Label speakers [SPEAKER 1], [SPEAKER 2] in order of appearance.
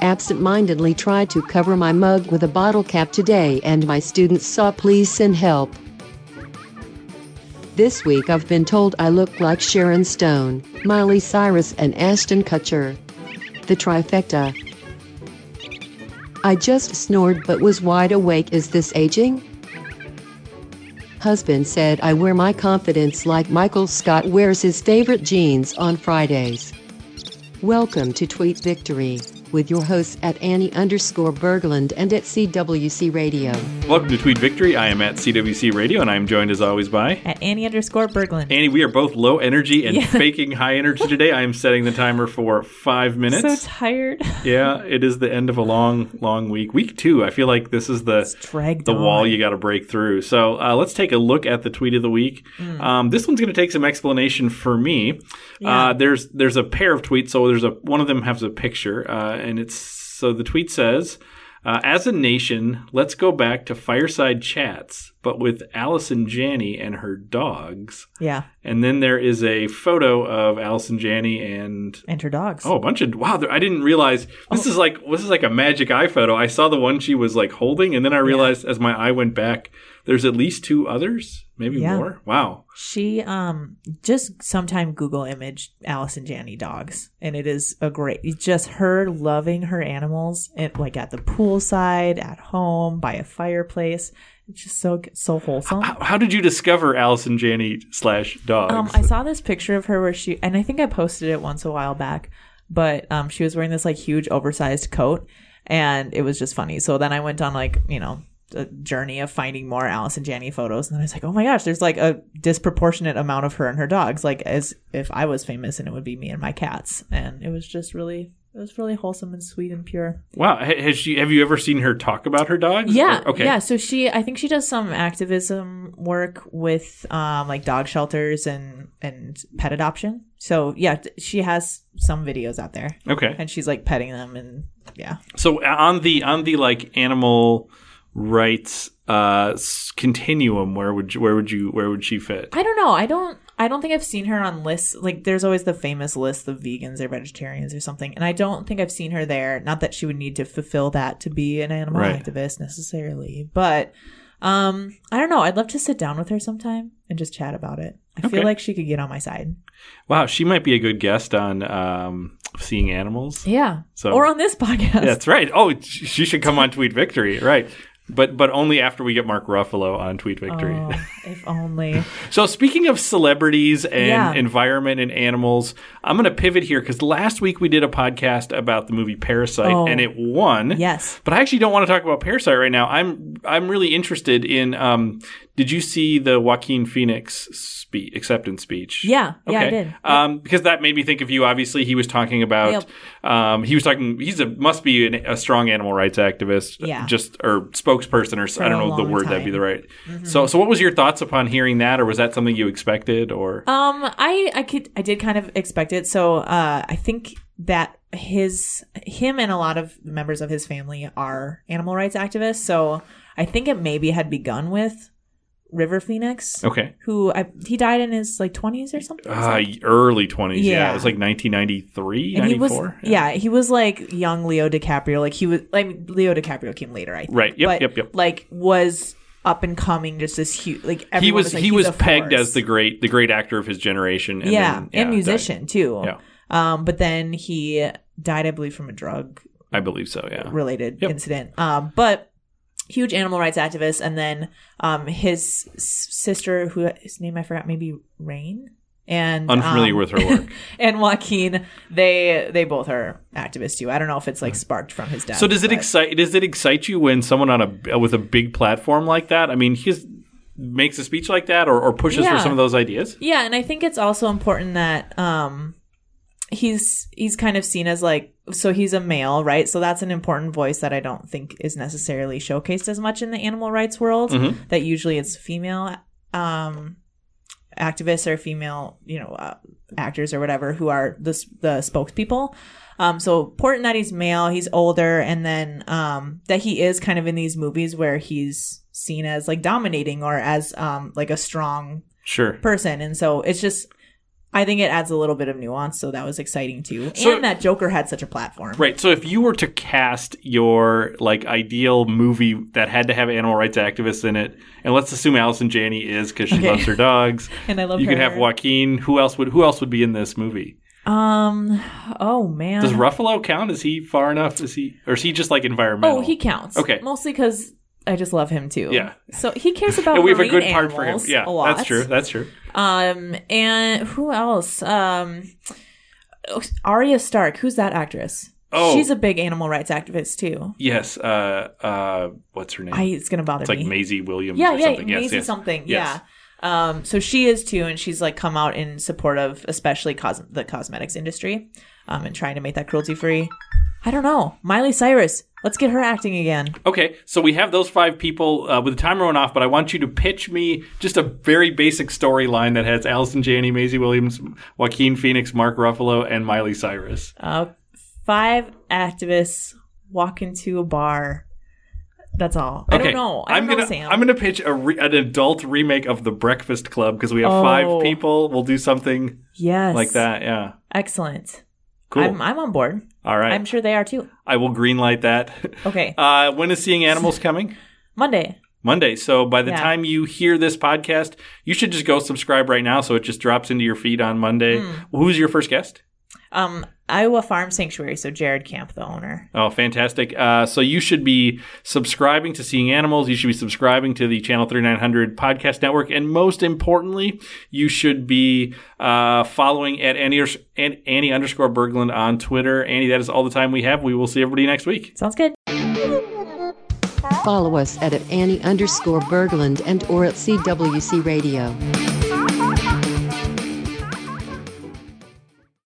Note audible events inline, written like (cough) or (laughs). [SPEAKER 1] Absent-mindedly tried to cover my mug with a bottle cap today and my students saw please send help. This week I've been told I look like Sharon Stone, Miley Cyrus and Ashton Kutcher. The trifecta. I just snored but was wide awake. Is this aging? Husband said I wear my confidence like Michael Scott wears his favorite jeans on Fridays. Welcome to Tweet Victory with your hosts at Annie underscore Berglund and at CWC Radio.
[SPEAKER 2] Welcome to Tweet Victory. I am at CWC Radio, and I am joined as always by
[SPEAKER 3] At Annie underscore Berglund.
[SPEAKER 2] Annie. We are both low energy and
[SPEAKER 3] Yeah.
[SPEAKER 2] faking high energy today. I am setting the timer for five
[SPEAKER 3] so
[SPEAKER 2] minutes.
[SPEAKER 3] tired.
[SPEAKER 2] yeah, it is the end of a long, long week. Week two. I feel like this is the
[SPEAKER 3] It's dragged
[SPEAKER 2] the
[SPEAKER 3] on.
[SPEAKER 2] wall you got to break through. So uh, let's take a look at the tweet of the week. Um, this one's going to take some explanation for me. Uh, there's there's a pair of tweets. So there's a one of them has a picture, uh, and it's so the tweet says. Uh, as a nation, let's go back to fireside chats, but with Allison Janney and her dogs.
[SPEAKER 3] Yeah,
[SPEAKER 2] And then there is a photo of Allison Janney and
[SPEAKER 3] and her dogs.
[SPEAKER 2] Oh, a bunch of wow! there- I didn't realize
[SPEAKER 3] Oh.
[SPEAKER 2] this is like this is like a magic eye photo. I saw the one she was like holding, and then I realized as my eye went back, there's at least two others, maybe
[SPEAKER 3] Yeah.
[SPEAKER 2] more. Wow!
[SPEAKER 3] She um just sometime Google image Allison Janney dogs, and it is a great. it's Just her loving her animals, and like at the poolside, at home, by a fireplace. It's just so so wholesome.
[SPEAKER 2] How, how did you discover Allison Janney slash dogs?
[SPEAKER 3] Um, I saw this picture of her where she, and I think I posted it once a while back, but um, she was wearing this like huge oversized coat, and it was just funny. So then I went on like you know a journey of finding more Alice and Janney photos, and then I was like, oh my gosh, there's like a disproportionate amount of her and her dogs, like as if I was famous and it would be me and my cats, and it was just really. It was really wholesome and sweet and pure.
[SPEAKER 2] wow! Ha- Has she? Have you ever seen her talk about her dogs?
[SPEAKER 3] Yeah.
[SPEAKER 2] Or- okay.
[SPEAKER 3] Yeah. So she, I think she does some activism work with um, like dog shelters and and pet adoption. So yeah, t- she has some videos out there,
[SPEAKER 2] Okay.
[SPEAKER 3] and she's like petting them and yeah.
[SPEAKER 2] So uh, on the on the like animal rights uh s- continuum, where would you, where would you where would she fit?
[SPEAKER 3] I don't know. I don't. I don't think I've seen her on lists. Like there's always the famous list of vegans or vegetarians or something, and I don't think I've seen her there. Not that she would need to fulfill that to be an animal
[SPEAKER 2] Right.
[SPEAKER 3] activist necessarily, but um, I don't know. I'd love to sit down with her sometime and just chat about it. I feel
[SPEAKER 2] Okay.
[SPEAKER 3] like she could get on my side.
[SPEAKER 2] Wow, she might be a good guest on um seeing animals.
[SPEAKER 3] Yeah.
[SPEAKER 2] So-
[SPEAKER 3] or on this (laughs) podcast.
[SPEAKER 2] (laughs) That's right. Oh, sh- she should come on Tweet Victory, right? But but only after we get Mark Ruffalo on Tweet Victory.
[SPEAKER 3] Oh, if only.
[SPEAKER 2] (laughs) So speaking of celebrities and
[SPEAKER 3] Yeah.
[SPEAKER 2] environment and animals, I'm going to pivot here because last week we did a podcast about the movie Parasite
[SPEAKER 3] Oh.
[SPEAKER 2] and it won.
[SPEAKER 3] Yes.
[SPEAKER 2] But I actually don't want to talk about Parasite right now. I'm I'm really interested in. Um, did you see the Joaquin Phoenix spe- acceptance speech?
[SPEAKER 3] Yeah. Yeah, I did.
[SPEAKER 2] Um, because that made me think of you. Obviously, he was talking about. Um, he was talking. He's a must be an, a strong animal rights activist.
[SPEAKER 3] Yeah.
[SPEAKER 2] Just or spokesperson or s- I
[SPEAKER 3] For
[SPEAKER 2] don't
[SPEAKER 3] a
[SPEAKER 2] know the
[SPEAKER 3] long
[SPEAKER 2] word that'd be
[SPEAKER 3] time. Mm-hmm.
[SPEAKER 2] the right. So so what was your thoughts upon hearing that, or was that something you expected, or
[SPEAKER 3] Um, I I could I did kind of expect it. So uh, I think that his him and a lot of members of his family are animal rights activists. So I think it maybe had begun with River Phoenix,
[SPEAKER 2] okay?
[SPEAKER 3] who I, he died in his like twenties or something.
[SPEAKER 2] Uh, early 20s. Yeah.
[SPEAKER 3] Yeah.
[SPEAKER 2] It was like 1993,
[SPEAKER 3] And he was
[SPEAKER 2] 94.
[SPEAKER 3] yeah. he was like young Leo DiCaprio. Like he was I mean Leo DiCaprio came later, I think.
[SPEAKER 2] Right. Yep,
[SPEAKER 3] But,
[SPEAKER 2] yep, yep.
[SPEAKER 3] Like was up and coming just this huge like everyone
[SPEAKER 2] he was,
[SPEAKER 3] like,
[SPEAKER 2] he
[SPEAKER 3] he's
[SPEAKER 2] was
[SPEAKER 3] a
[SPEAKER 2] pegged
[SPEAKER 3] force.
[SPEAKER 2] as the great the great actor of his generation. And
[SPEAKER 3] yeah,
[SPEAKER 2] then-
[SPEAKER 3] and musician too.
[SPEAKER 2] Yeah.
[SPEAKER 3] Um, but then he died, I believe, from a drug
[SPEAKER 2] died. I believe so. Yeah.
[SPEAKER 3] related
[SPEAKER 2] Yep.
[SPEAKER 3] incident. Um, but huge animal rights activist, and then um, his s- sister, who his name I forgot, maybe Rain, and
[SPEAKER 2] Unfamiliar
[SPEAKER 3] um,
[SPEAKER 2] with her
[SPEAKER 3] (laughs)
[SPEAKER 2] work.
[SPEAKER 3] and Joaquin, they they both are activists too. I don't know if it's like sparked from his death.
[SPEAKER 2] So does it
[SPEAKER 3] but-
[SPEAKER 2] excite? Does it excite you when someone on a with a big platform like that? I mean, he makes a speech like that, or, or pushes for
[SPEAKER 3] Yeah.
[SPEAKER 2] some of those ideas.
[SPEAKER 3] Yeah, and I think it's also important that um he's he's kind of seen as like so he's a male, right? So that's an important voice that I don't think is necessarily showcased as much in the animal rights world. That usually it's female um activists or female, you know, uh, actors or whatever who are the s- the spokespeople. Um, so important that he's male, he's older, and then um, that he is kind of in these movies where he's seen as like dominating or as um, like a strong
[SPEAKER 2] Sure.
[SPEAKER 3] person and so it's just I think it adds a little bit of nuance, so that was exciting too.
[SPEAKER 2] So-
[SPEAKER 3] and that Joker had such a platform.
[SPEAKER 2] Right. So if you were to cast your like ideal movie that had to have animal rights activists in it, and let's assume Allison Janney is because she
[SPEAKER 3] Okay.
[SPEAKER 2] loves her dogs,
[SPEAKER 3] (laughs) And I love
[SPEAKER 2] you could
[SPEAKER 3] her.
[SPEAKER 2] have Joaquin. Who else would Who else would be in this movie?
[SPEAKER 3] Um. Oh man.
[SPEAKER 2] Does Ruffalo count? Is he far enough? Is he or is he just like environmental?
[SPEAKER 3] oh, he counts.
[SPEAKER 2] Okay.
[SPEAKER 3] Mostly because I just love him too.
[SPEAKER 2] Yeah.
[SPEAKER 3] So he cares about.
[SPEAKER 2] (laughs) Yeah, we have a
[SPEAKER 3] marine
[SPEAKER 2] good part for him.
[SPEAKER 3] animals
[SPEAKER 2] Yeah,
[SPEAKER 3] A lot.
[SPEAKER 2] that's true. That's true.
[SPEAKER 3] Um. And who else? Um. Arya Stark. Who's that actress?
[SPEAKER 2] Oh.
[SPEAKER 3] She's a big animal rights activist too.
[SPEAKER 2] Yes. Uh. Uh. What's her name?
[SPEAKER 3] I. It's gonna bother
[SPEAKER 2] it's like
[SPEAKER 3] me.
[SPEAKER 2] Maisie Williams.
[SPEAKER 3] yeah,
[SPEAKER 2] or
[SPEAKER 3] yeah,
[SPEAKER 2] something. Yes,
[SPEAKER 3] Maisie
[SPEAKER 2] yes.
[SPEAKER 3] something.
[SPEAKER 2] Yes.
[SPEAKER 3] Yeah. Um, so she is too, and she's like come out in support of especially cos- the cosmetics industry, um, and trying to make that cruelty free. I don't know, Miley Cyrus. Let's get her acting again.
[SPEAKER 2] Okay, so we have those five people uh, with the timer on off, but I want you to pitch me just a very basic storyline that has Allison Janney, Maisie Williams, Joaquin Phoenix, Mark Ruffalo, and Miley Cyrus.
[SPEAKER 3] Uh, five activists walk into a bar. That's all. I
[SPEAKER 2] okay.
[SPEAKER 3] don't know. I
[SPEAKER 2] am
[SPEAKER 3] don't
[SPEAKER 2] gonna
[SPEAKER 3] know, Sam.
[SPEAKER 2] I'm gonna pitch a re- an adult remake of The Breakfast Club because we have
[SPEAKER 3] Oh.
[SPEAKER 2] five people. We'll do something
[SPEAKER 3] yes,
[SPEAKER 2] like that. Yeah,
[SPEAKER 3] Excellent.
[SPEAKER 2] cool.
[SPEAKER 3] I'm, I'm on board.
[SPEAKER 2] All right.
[SPEAKER 3] I'm sure they are too.
[SPEAKER 2] I will greenlight that.
[SPEAKER 3] (laughs) Okay,
[SPEAKER 2] Uh, when is Seeing Animals coming?
[SPEAKER 3] Monday.
[SPEAKER 2] Monday. So by the
[SPEAKER 3] Yeah.
[SPEAKER 2] time you hear this podcast, you should just go subscribe right now so it just drops into your feed on Monday. Who's your first guest?
[SPEAKER 3] Um, Iowa Farm Sanctuary. So Jared Camp, the owner.
[SPEAKER 2] Oh, fantastic. Uh, so you should be subscribing to Seeing Animals. You should be subscribing to the Channel 3900 podcast network. And most importantly, you should be uh, following at Annie, ers- An- Annie underscore Berglund on Twitter. Annie, that is all the time we have. We will see everybody next week.
[SPEAKER 3] Sounds good.
[SPEAKER 1] Follow us at, at Annie underscore Berglund and or at CWC Radio.